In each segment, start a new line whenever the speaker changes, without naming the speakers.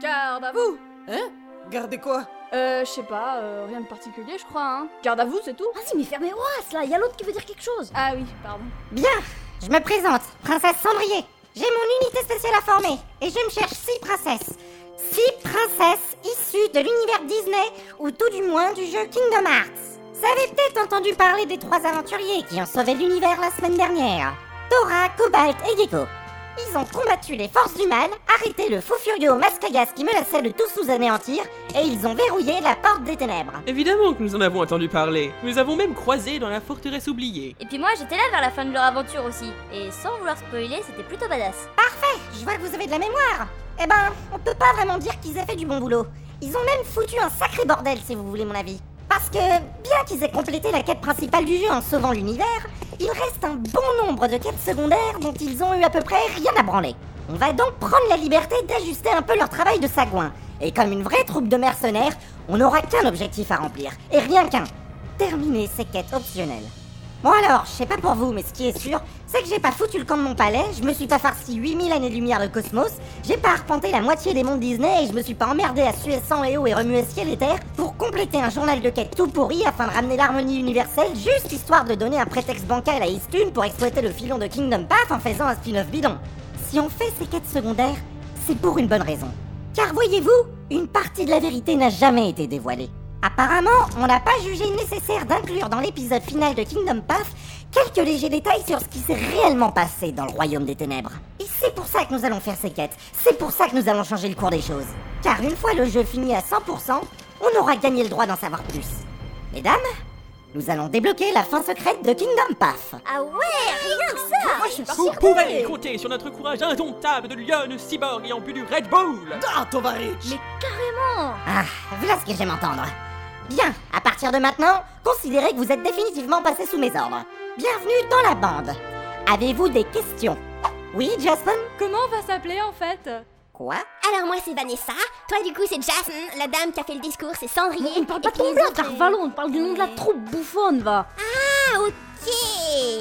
Garde à vous
Gardez quoi
Euh, je sais pas, euh, rien de particulier, je crois, hein. Garde à vous, c'est tout
Vas-y, Ah, mais fermez Horace là, y a l'autre qui veut dire quelque chose.
Ah oui, pardon.
Bien, je me présente, princesse Cendrier. J'ai mon unité spéciale à former et je me cherche six princesses. Six princesses issues de l'univers Disney ou tout du moins du jeu Kingdom Hearts. Vous avez peut-être entendu parler des trois aventuriers qui ont sauvé l'univers la semaine dernière. Dora, Cobalt et Gecko. Ils ont combattu les forces du mal, arrêté le fou furieux au masque à gaz qui menaçait de tous nous anéantir, et ils ont verrouillé la porte des ténèbres.
Évidemment que nous en avons entendu parler. Nous avons même croisé dans la forteresse oubliée.
Et puis moi, j'étais là vers la fin de leur aventure aussi. Et sans vouloir spoiler, c'était plutôt badass.
Je vois que vous avez de la mémoire. Eh ben, on peut pas vraiment dire qu'ils aient fait du bon boulot. Ils ont même foutu un sacré bordel, si vous voulez mon avis. Parce que, bien qu'ils aient complété la quête principale du jeu en sauvant l'univers, il reste un bon nombre de quêtes secondaires dont ils ont eu à peu près rien à branler. On va donc prendre la liberté d'ajuster un peu leur travail de sagouin. Et comme une vraie troupe de mercenaires, on n'aura qu'un objectif à remplir. Et rien qu'un. Terminer ces quêtes optionnelles. Bon alors, je sais pas pour vous, mais ce qui est sûr, c'est que j'ai pas foutu le camp de mon palais, je me suis pas farci 8000 années-lumière de cosmos, j'ai pas arpenté la moitié des mondes Disney et je me suis pas emmerdé à suer sang et eau et remuer ciel et terre pour compléter un journal de quête tout pourri afin de ramener l'harmonie universelle juste histoire de donner un prétexte bancal à Eastune pour exploiter le filon de Kingdom Path en faisant un spin-off bidon. Si on fait ces quêtes secondaires, c'est pour une bonne raison. Car voyez-vous, une partie de la vérité n'a jamais été dévoilée. Apparemment, on n'a pas jugé nécessaire d'inclure dans l'épisode final de Kingdom Path quelques légers détails sur ce qui s'est réellement passé dans le royaume des ténèbres. Et c'est pour ça que nous allons faire ces quêtes, c'est pour ça que nous allons changer le cours des choses. Car une fois le jeu fini à 100%, on aura gagné le droit d'en savoir plus. Mesdames, nous allons débloquer la fin secrète de Kingdom Path.
Ah ouais, rien que ça Moi, je suis
Vous pouvez compter sur notre courage indomptable de Lyon Cyborg ayant bu du Red Bull.
Ah, Tovarich
Ah, voilà ce que j'aime entendre. Bien, à partir de maintenant, considérez que vous êtes définitivement passé sous mes ordres. Bienvenue dans la bande. Avez-vous des questions Oui, Jasmine
Comment on va s'appeler en fait
Quoi
Alors moi c'est Vanessa, toi du coup c'est Jasmine, la dame qui a fait le discours c'est Cendrier.
On ne parle
et
pas de
puis
ton
les
blanc,
autres,
Carvalho, on parle du nom de la troupe bouffonne, va
Ah ok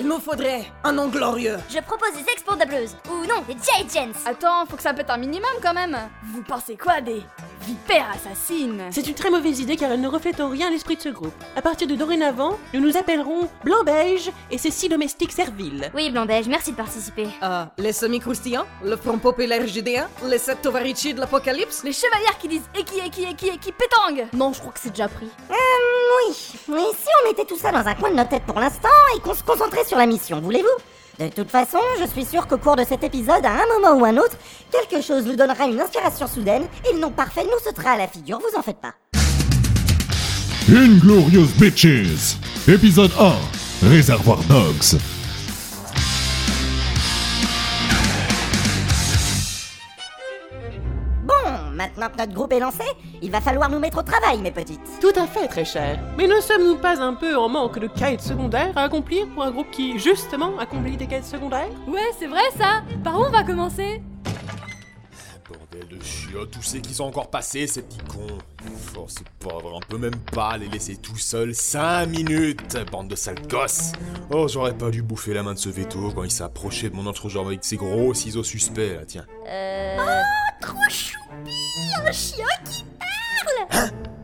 Il me faudrait un nom glorieux.
Je propose des expandableuses
Ou non, c'est Jay Jens.
Attends, faut que ça pète un minimum quand même Vous pensez quoi des vipères assassines
C'est une très mauvaise idée car elle ne reflète en rien l'esprit de ce groupe. À partir de dorénavant, nous nous appellerons Blanc Beige et ses six domestiques serviles.
Oui, Blanc-Beige, merci de participer.
Ah, les semi-croustillants, le front populaire judéen, les sept Tovarichi de l'Apocalypse.
Les chevalières qui disent et qui et qui et qui et qui pétangue
Non, je crois que c'est déjà pris.
Euh, Oui, mais si on mettait tout ça dans un coin de notre tête pour l'instant et qu'on se concentrait sur la mission, voulez-vous De toute façon, je suis sûr qu'au cours de cet épisode, à un moment ou un autre, quelque chose nous donnera une inspiration soudaine et le nom parfait nous sautera à la figure, vous en faites pas.
Inglorious Bitches, épisode 1, Réservoir Dogs.
Bon, maintenant que Hum, notre groupe est lancé, il va falloir nous mettre au travail, mes petites.
Tout à fait, très cher. Mais ne sommes-nous pas un peu en manque de quêtes secondaires à accomplir pour un groupe qui, justement, accomplit des quêtes secondaires
Ouais, c'est vrai ça Par où on va commencer
Bordel de chiottes, tous ceux qui sont encore passés, ces petits cons. Fort, c'est pas vrai, on peut même pas les laisser tout seuls 5 minutes, bande de sales gosses. Oh, j'aurais pas dû bouffer la main de ce veto quand il s'est approché de mon entrejambe avec ses gros ciseaux suspects, là, tiens.
Euh...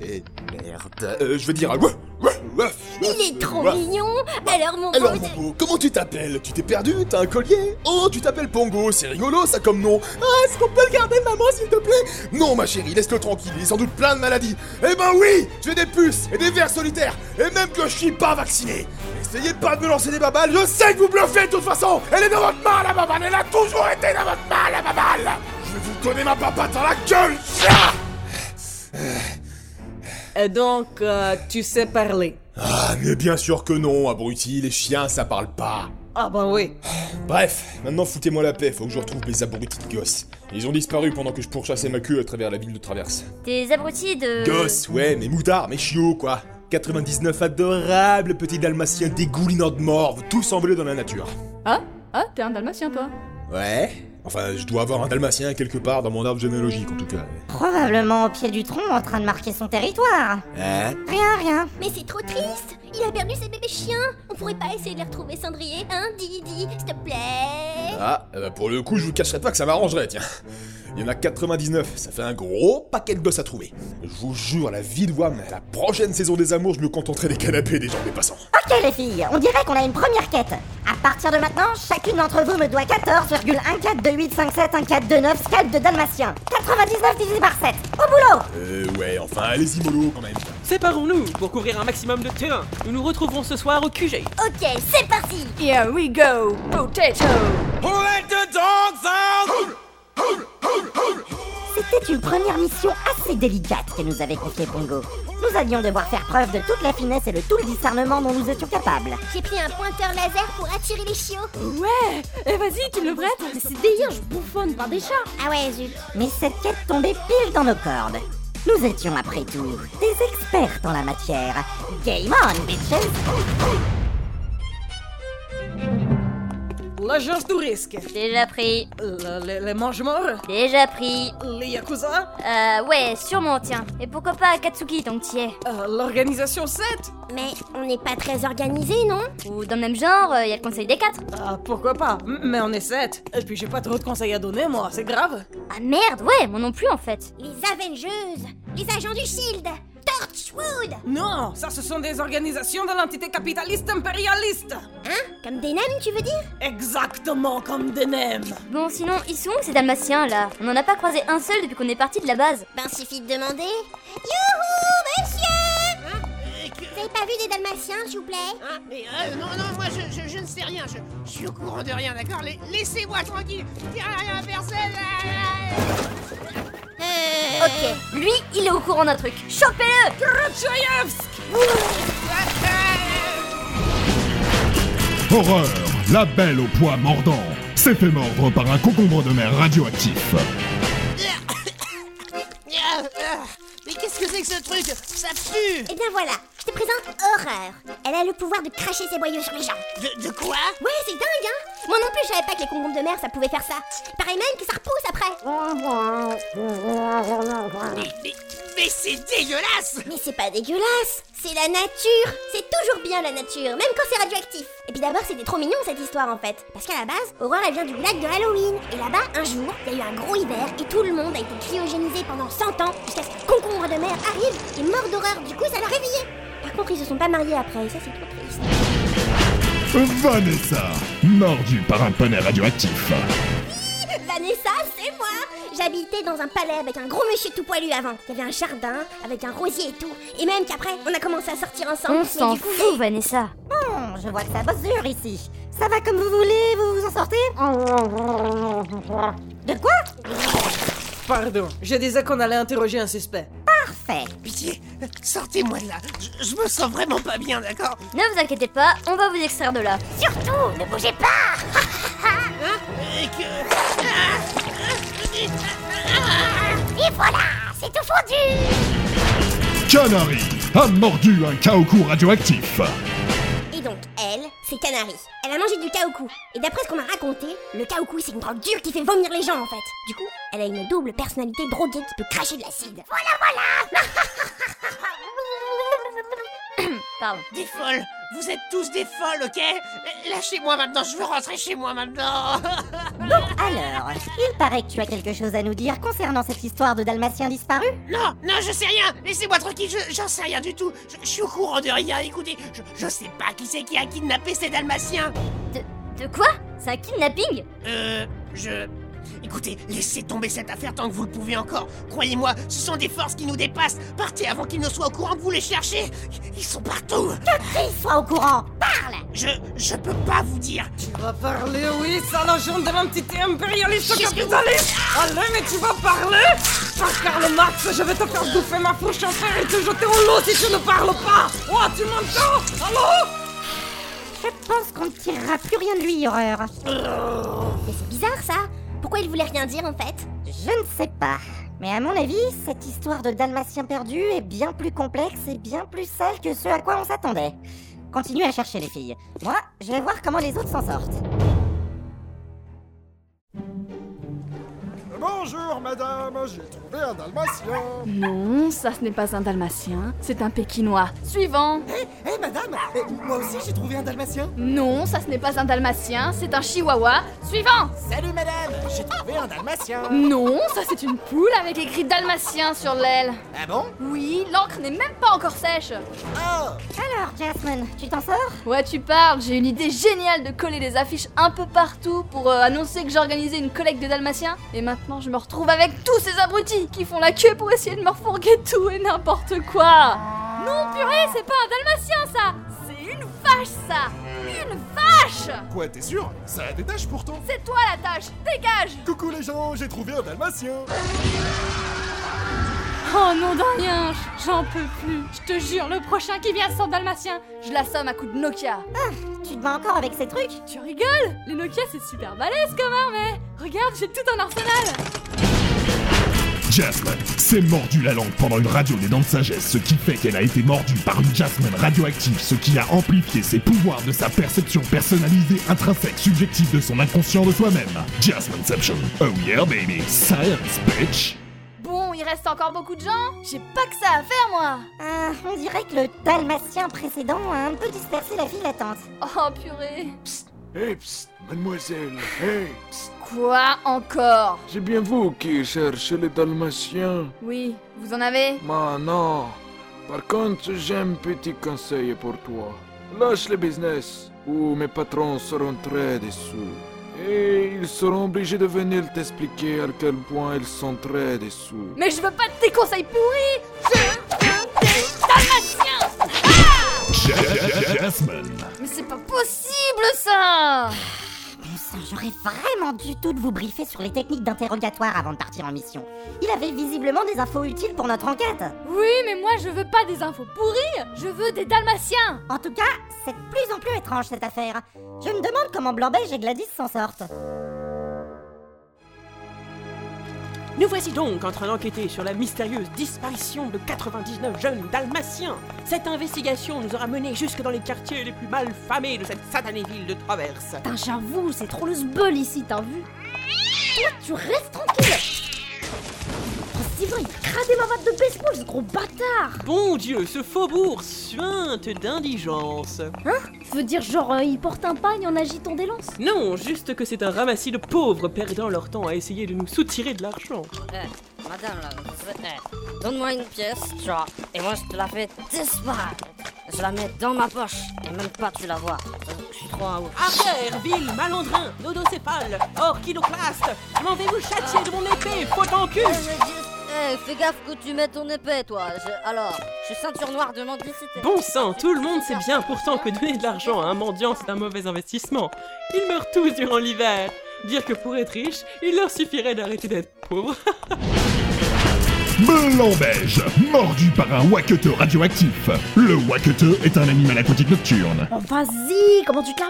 Eh merde, euh, je veux dire. ouah, ouah, ouah,
Il est trop
ouah.
mignon Oh, Alors mon
Alors,
beau...
Bongo, comment tu t'appelles Tu t'es perdu T'as un collier Oh, tu t'appelles Pongo, c'est rigolo ça comme nom. Ah, est-ce qu'on peut le garder, maman, s'il te plaît Non, ma chérie, laisse-le tranquille, il est sans doute plein de maladies. Eh ben oui J'ai des puces et des vers solitaires, et même que je suis pas vacciné. Essayez pas de me lancer des babales, je sais que vous bluffez de toute façon Elle est dans votre main, la babale, elle a toujours été dans votre main, la babale Je vais vous donner ma papa dans la gueule, chien
Et donc, euh, tu sais parler
Ah, mais bien sûr que non, abruti, les chiens, ça parle pas.
Ah ben oui.
Bref, maintenant foutez-moi la paix, faut que je retrouve mes abrutis de gosses. Ils ont disparu pendant que je pourchassais ma queue à travers la ville de Traverse.
Des abrutis de...
Gosses, ouais, mes moutards, mes chiots, quoi. 99 adorables petits dalmatiens dégoulinants de morve, tous envolés dans la nature.
Hein
Ah Ah, t'es un dalmatien toi
Ouais Enfin, je dois avoir un dalmatien quelque part dans mon arbre généalogique, en tout cas.
Probablement au pied du tronc en train de marquer son territoire.
Hein
Rien, rien.
Mais c'est trop triste Il a perdu ses bébés chiens On pourrait pas essayer de les retrouver Cendrier Hein Didi, s'il te plaît
Ah, euh, pour le coup, je vous cacherai pas que ça m'arrangerait, tiens. Il y en a 99, ça fait un gros paquet de gosses à trouver. Je vous jure, la vie de Wam, la prochaine saison des amours, je me contenterai des canapés des gens des passants.
Ok les filles, on dirait qu'on a une première quête. À partir de maintenant, chacune d'entre vous me doit 14,14285714294 de dalmatien. 99 divisé par 7. Au boulot
Euh, ouais, enfin, allez-y, mollo, quand même.
Séparons-nous pour couvrir un maximum de terrain. Nous nous retrouverons ce soir au QG.
Ok, c'est parti
Here we go, potato
C'était une première mission assez délicate que nous avait confiée Pongo. Nous allions devoir faire preuve de toute la finesse et de tout le discernement dont nous étions capables.
J'ai pris un pointeur laser pour attirer les chiots.
Ouais
eh,
Et vas-y, tu me le prêtes
C'est délire, je bouffonne par des chats. Ah ouais, zut.
Mais cette quête tombait pile dans nos cordes. Nous étions après tout des experts en la matière. Game on, bitches
L'agence du risque.
Déjà pris,
Le- le- les mange-morts.
déjà pris.
Les Yakuza.
Euh, ouais, sûrement, tiens. Et pourquoi pas Akatsuki, tant que t'y es
euh, L'organisation 7.
Mais on n'est pas très organisé, non
Ou dans le même genre, il y a le conseil des quatre.
Ah, pourquoi pas M- Mais on est 7. Et puis j'ai pas trop de conseils à donner, moi. C'est grave.
Ah merde, ouais, moi non plus en fait.
Les Avengeuses Les agents du
E
SHIELD Torchwood
Non, ça ce sont des organisations de l'entité capitaliste impérialiste.
Hein Comme des nems, tu veux dire
Exactement comme des nems.
Bon, sinon, ils sont où ces dalmatiens là On en a pas croisé un seul depuis qu'on est parti de la base.
Ben, suffit de demander. Youhou, monsieur Vous avez pas vu des Dalmatiens, s'il vous plaît
Hein Mais euh, non, non, moi je, je- je ne sais rien, je, je suis au courant de rien, d'accord La- Laissez-moi tranquille, il n'y a rien à personne ah, ah, ah.
Euh.
Ok, lui, il est au courant d'un truc. Chopez-le
Horreur, la belle au poids mordant s'est fait mordre par un concombre de mer radioactif.
Ah, ah. Mais qu'est-ce que c'est que ce truc Ça pue
Eh bien voilà, je te présente Horreur. Elle a le pouvoir de cracher ses boyaux sur les gens.
De, de quoi
Ouais, c'est dingue, hein Moi non plus, je savais pas que les concombres de mer, ça pouvait faire ça. Pareil même que ça repousse
Oh,
après.
Mais, mais- mais c'est dégueulasse
Mais c'est pas dégueulasse C'est la nature C'est toujours bien la nature, même quand c'est radioactif Et puis d'abord, c'était trop mignon cette histoire en fait. Parce qu'à la base, Aurore, elle vient du lac de Halloween. Et là-bas, un jour, il y a eu un gros hiver et tout le monde a été cryogénisé pendant 100 ans jusqu'à ce qu'un concombre de mer arrive et mort d'horreur. Du coup, ça l'a réveillé. Par contre, ils se sont pas mariés après, et ça c'est trop triste.
Vanessa, mordue par un poney radioactif.
Vanessa, c'est moi J'habitais dans un palais avec un gros monsieur tout poilu avant. Il y avait un jardin avec un rosier et tout. Et même qu'après, on a commencé à sortir ensemble.
On
mais
s'en
du coup-
fout, Vanessa.
Bon, Hum, je vois que ça bosse dur ici. Ça va comme vous voulez, vous vous en sortez De quoi
Pardon, je disais qu'on allait interroger un suspect.
Parfait.
Pitié, sortez-moi de là, je, je me sens vraiment pas bien, d'accord
Ne vous inquiétez pas, on va vous extraire de là.
Oh,
Surtout, ne bougez pas
Et que... Ah,
Et voilà C'est tout fondu
Canary a mordu un kaoku radioactif.
Et donc, elle, c'est Canary. Elle a mangé du kaoku. Et d'après ce qu'on m'a raconté, le kaoku, c'est une drogue dure qui fait vomir les gens, en fait. Du coup, elle a une double personnalité droguée qui peut cracher de l'acide. Voilà, voilà
Pardon.
Des folles Vous êtes tous des folles, ok Lâchez-moi maintenant, je veux rentrer chez moi maintenant
Alors, il paraît que tu as quelque chose à nous dire concernant cette histoire de Dalmatien disparu
Non, non, je sais rien Laissez-moi tranquille, je- j'en sais rien du tout Je, je suis au courant de rien, écoutez, je, je sais pas qui c'est qui a kidnappé ces Dalmatiens
De quoi C'est un kidnapping
Euh, je... Écoutez, laissez tomber cette affaire tant que vous le pouvez encore. Croyez-moi, ce sont des forces qui nous dépassent. Partez avant qu'ils ne soient au courant que vous les cherchez. Ils sont partout.
Qu'il soit au courant
Je... Je peux pas vous dire.
Tu vas parler, oui, ça, l'agent de l'entité impérialiste capitaliste Allez, mais tu vas parler Par Karl Marx, je vais te faire bouffer ma fourche en fer et te jeter au lot si tu ne parles pas Oh, tu m'entends Allô
Je pense qu'on ne tirera plus rien de lui, horreur.
Mais c'est bizarre, ça Pourquoi il voulait rien dire, en fait
Je ne sais pas. Mais à mon avis, cette histoire de Dalmatien perdu est bien plus complexe et bien plus sale que ce à quoi on s'attendait. Continuez à chercher les filles. Moi, je vais voir comment les autres s'en sortent.
Bonjour madame, j'ai trouvé un dalmatien.
Non, ça ce n'est pas un dalmatien, c'est un pékinois. Suivant
Eh madame, eh, moi aussi j'ai trouvé un dalmatien.
Non, ça ce n'est pas un dalmatien, c'est un chihuahua. Suivant
Salut madame, j'ai trouvé un dalmatien.
Non, ça c'est une poule avec écrit dalmatien sur l'aile.
Ah bon
Oui, l'encre n'est même pas encore sèche.
Alors, Jasmine, tu t'en sors
Ouais, tu parles, j'ai une idée géniale de coller des affiches un peu partout pour euh, annoncer que j'ai organisé une collecte de dalmatiens. Et maintenant, je me retrouve avec tous ces abrutis qui font la queue pour essayer de me refourguer tout et n'importe quoi. Non, purée, c'est pas un dalmatien ça C'est une vache ça Une vache
Quoi, t'es sûr Ça a des tâches pourtant
C'est toi la tâche, dégage
Coucou les gens, j'ai trouvé un dalmatien
Oh non d'un rien, j'en peux plus. Je te jure, le prochain qui vient sans dalmatien, je l'assomme à coups de Nokia.
Tu te bats encore avec ces trucs
Tu rigoles Les Nokia c'est super balèze comme arme, mais regarde, j'ai tout un arsenal.
Jasmine s'est mordu la langue pendant une radio des dents de sagesse, ce qui fait qu'elle a été mordue par une Jasmine radioactive, ce qui a amplifié ses pouvoirs de sa perception personnalisée intrinsèque subjective de son inconscient de soi-même. Jasmineception. Oh yeah baby. Science bitch.
Bon, il reste encore beaucoup de gens. J'ai pas que ça à faire moi.
Euh, on dirait que le dalmatien précédent a un peu dispersé la file d'attente.
Oh purée.
Hey, psst, mademoiselle, hey, psst.
Quoi encore
C'est bien vous qui cherchez les dalmatiens.
Oui, vous en avez
Ah non. Par contre, j'ai un petit conseil pour toi. Lâche le business, ou mes patrons seront très déçus. Et ils seront obligés de venir t'expliquer à quel point ils sont très déçus.
Mais je veux pas de tes conseils pourris. Je veux des dalmatiens.
Ja- Ja- Ja- Jasmine.
Mais c'est pas possible ça.
Bon sang, j'aurais vraiment du tout de vous briefer sur les techniques d'interrogatoire avant de partir en mission. Il avait visiblement des infos utiles pour notre enquête.
Oui, mais moi je veux pas des infos pourries. Je veux des dalmatiens.
En tout cas, c'est de plus en plus étrange cette affaire. Je me demande comment Blanc-Beige et Gladys s'en sortent.
Nous voici donc en train d'enquêter sur la mystérieuse disparition de 99 jeunes dalmatiens. Cette investigation nous aura menés jusque dans les quartiers les plus malfamés de cette satanée ville de Traverse.
Putain, j'avoue, c'est trop le sbeul ici, t'as vu Toi, tu restes tranquille Oh, Steven, il a cradé ma batte de baseball, ce gros bâtard
Bon Dieu, ce faubourg suinte d'indigence.
Veux Hein? dire, genre, euh, il porte un pagne en agitant des lances
Non, juste que c'est un ramassis de pauvres perdant leur temps à essayer de nous soutirer de l'argent.
Eh, Madame, là, vous- eh, donne-moi une pièce, tu vois, et moi je te la fais disparaître. Je la mets dans ma poche, et même pas tu la vois. Je, je suis trop un ouf.
Arrière, ville, malandrin, nodocéphale, orchidoclaste, je m'en vais vous châtier de mon épée, faut en cul
Eh, je dis- eh, fais gaffe que tu mets ton épée, toi. Je- alors, je suis ceinture noire de mendicité.
Bon sang, tout le monde sait bien pourtant que donner de l'argent à un mendiant c'est un mauvais investissement. Ils meurent tous durant l'hiver. Dire que pour être riche, il leur suffirait d'arrêter d'être pauvre.
Blanc-Beige, mordu par un wacketeux radioactif. Le wacketeux est un animal aquatique nocturne.
Oh, vas-y, comment tu te la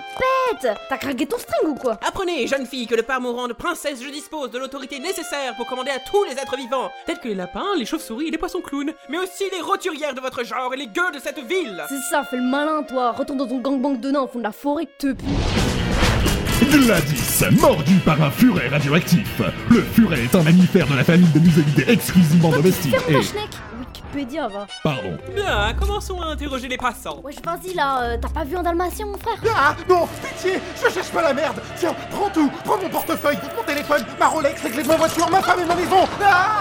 pètes T'as craqué ton string ou quoi
Apprenez, jeune fille, que de par mon rang de princesse, je dispose de l'autorité nécessaire pour commander à tous les êtres vivants, tels que les lapins, les chauves-souris et les poissons clowns, mais aussi les roturières de votre genre et les gueux de cette ville.
C'est ça, fais le malin, toi. Retourne dans ton gangbang de nains au fond de la forêt, te pue.
Gladys, mordu par un furet radioactif. Le furet est un mammifère de la famille des muselidés exclusivement domestiques
Eh.
et...
Wikipédia, va.
Pardon.
Bien, commençons à interroger les passants.
Wesh, vas-y là, euh, t'as pas vu un dalmatien, mon frère
Ah non, pitié, je cherche pas la merde. Tiens, prends tout, prends mon portefeuille, mon téléphone, ma Rolex, les clés de ma voiture, ma femme et ma maison. Ah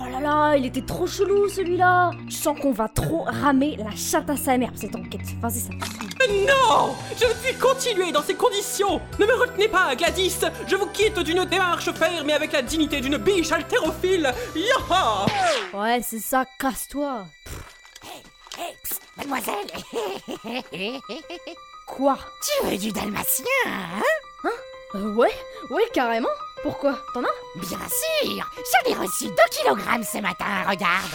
Oh là là, il était trop chelou celui-là Je sens qu'on va trop ramer la chatte à sa mère cette enquête. Vas-y, ça
Non Je ne puis continuer dans ces conditions Ne me retenez pas, Gladys Je vous quitte d'une démarche ferme et avec la dignité d'une biche haltérophile Yaha
Ouais, c'est ça, casse-toi
Hey, psst, mademoiselle
Quoi
Tu veux du dalmatien, hein
Euh, ouais, ouais, carrément. Pourquoi T'en as
Bien sûr J'en ai reçu 2 kg ce matin, regarde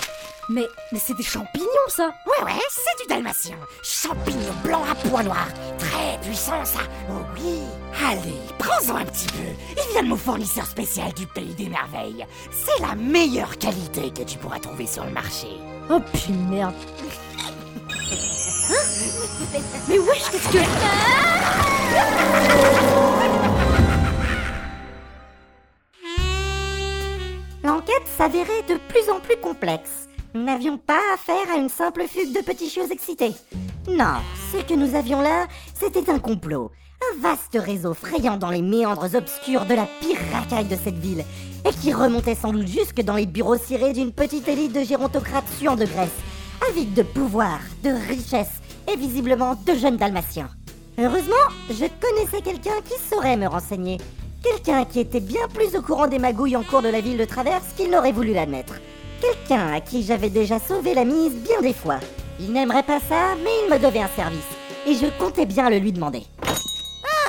Mais, mais c'est des champignons, ça
Ouais, ouais, c'est du dalmatien Champignon blanc à pois noirs Très puissant, ça Oh oui Allez, prends-en un petit peu Il vient de mon fournisseur spécial du Pays des Merveilles C'est la meilleure qualité que tu pourras trouver sur le marché
Oh putain merde Mais wesh, qu'est-ce que...
L'enquête s'avérait de plus en plus complexe. Nous n'avions pas affaire à une simple fugue de petits chiots excités. Non, ce que nous avions là, c'était un complot. Un vaste réseau frayant dans les méandres obscurs de la pire racaille de cette ville, et qui remontait sans doute jusque dans les bureaux cirés d'une petite élite de gérontocrates suants de Grèce, avides de pouvoir, de richesse, et visiblement de jeunes dalmatiens. Heureusement, je connaissais quelqu'un qui saurait me renseigner. Quelqu'un qui était bien plus au courant des magouilles en cours de la ville de Traverse qu'il n'aurait voulu l'admettre. Quelqu'un à qui j'avais déjà sauvé la mise bien des fois. Il n'aimerait pas ça, mais il me devait un service. Et je comptais bien le lui demander.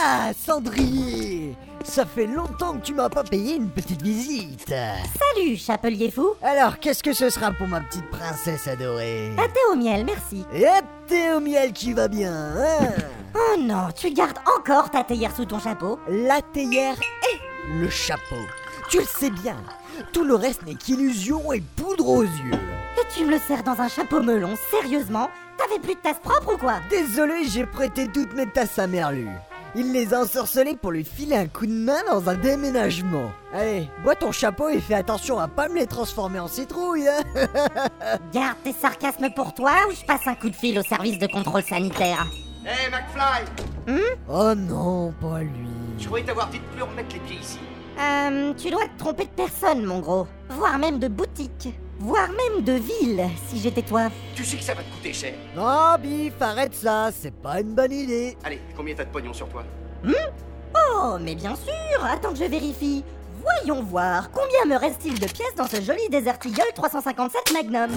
Ah, Cendrier Ça fait longtemps que tu m'as pas payé une petite visite.
Salut, chapelier fou
Alors, qu'est-ce que ce sera pour ma petite princesse adorée
Un thé au miel, merci.
Et un thé au miel qui va bien, hein
Oh non, tu gardes encore ta théière sous ton chapeau
La théière et le chapeau. Tu le sais bien. Tout le reste n'est qu'illusion et poudre aux yeux.
Et tu me le sers dans un chapeau melon, sérieusement T'avais plus de tasse propre ou quoi
Désolé, j'ai prêté toutes mes tasses à Merlu. Il les a ensorcelés pour lui filer un coup de main dans un déménagement. Allez, bois ton chapeau et fais attention à pas me les transformer en citrouille. hein.
Garde tes sarcasmes pour toi ou je passe un coup de fil au service de contrôle sanitaire
Hé McFly
oh non, pas lui.
Je croyais t'avoir dit de plus remettre les pieds ici.
Euh, tu dois te tromper de personne, mon gros. Voire même de boutique. Voire même de ville, si j'étais toi.
Tu sais que ça va te coûter cher.
Non, Biff, arrête ça, c'est pas une bonne idée.
Allez, combien t'as de pognon sur toi
Hmm oh, mais bien sûr Attends que je vérifie. Voyons voir, combien me reste-t-il de pièces dans ce joli Desert Eagle 357 Magnum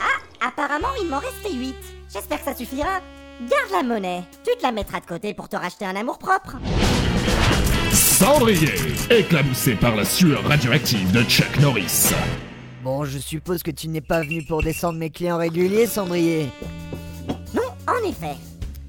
Ah, apparemment, il m'en restait 8. J'espère que ça suffira. Garde la monnaie, tu te la mettras de côté pour te racheter un amour-propre.
Cendrier, éclaboussé par la sueur radioactive de Chuck Norris.
Bon, je suppose que tu n'es pas venu pour descendre mes clients réguliers, Cendrier.
Non, en effet.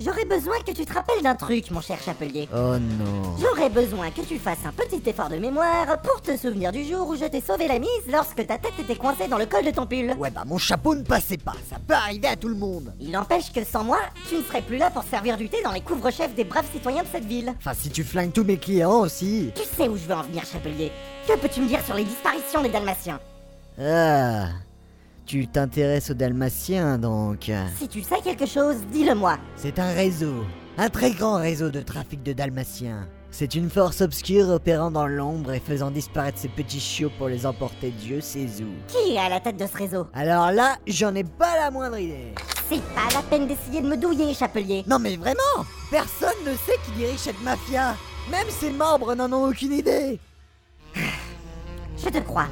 J'aurais besoin que tu te rappelles d'un truc, mon cher chapelier.
Oh non.
J'aurais besoin que tu fasses un petit effort de mémoire pour te souvenir du jour où je t'ai sauvé la mise lorsque ta tête était coincée dans le col de ton pull.
Ouais, bah mon chapeau ne passait pas, ça peut arriver à tout le monde.
Il n'empêche que sans moi, tu ne serais plus là pour servir du thé dans les couvre-chefs des braves citoyens de cette ville.
Enfin, si tu flingues tous mes clients aussi.
Tu sais où je veux en venir, chapelier. Que peux-tu me dire sur les disparitions des Dalmatiens
Ah. Tu t'intéresses aux Dalmatiens donc.
Si tu sais quelque chose, dis-le-moi.
C'est un réseau, un très grand réseau de trafic de dalmatiens. C'est une force obscure opérant dans l'ombre et faisant disparaître ces petits chiots pour les emporter Dieu sait où.
Qui est à la tête de ce réseau
Alors là, j'en ai pas la moindre idée.
C'est pas la peine d'essayer de me douiller, chapelier.
Non mais vraiment, personne ne sait qui dirige cette mafia. Même ses membres n'en ont aucune idée.
Je te crois.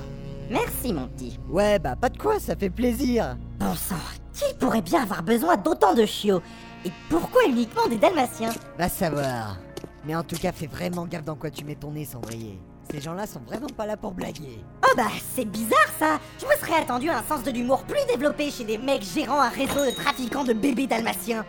Merci, mon petit.
Ouais, bah pas de quoi, ça fait plaisir.
Bon sang, qui pourrait bien avoir besoin d'autant de chiots Et pourquoi uniquement des Dalmatiens
Va savoir. Mais en tout cas, fais vraiment gaffe dans quoi tu mets ton nez, Cendrier. Ces gens-là sont vraiment pas là pour blaguer.
Oh bah, c'est bizarre ça Je me serais attendu à un sens de l'humour plus développé chez des mecs gérant un réseau de trafiquants de bébés dalmatiens.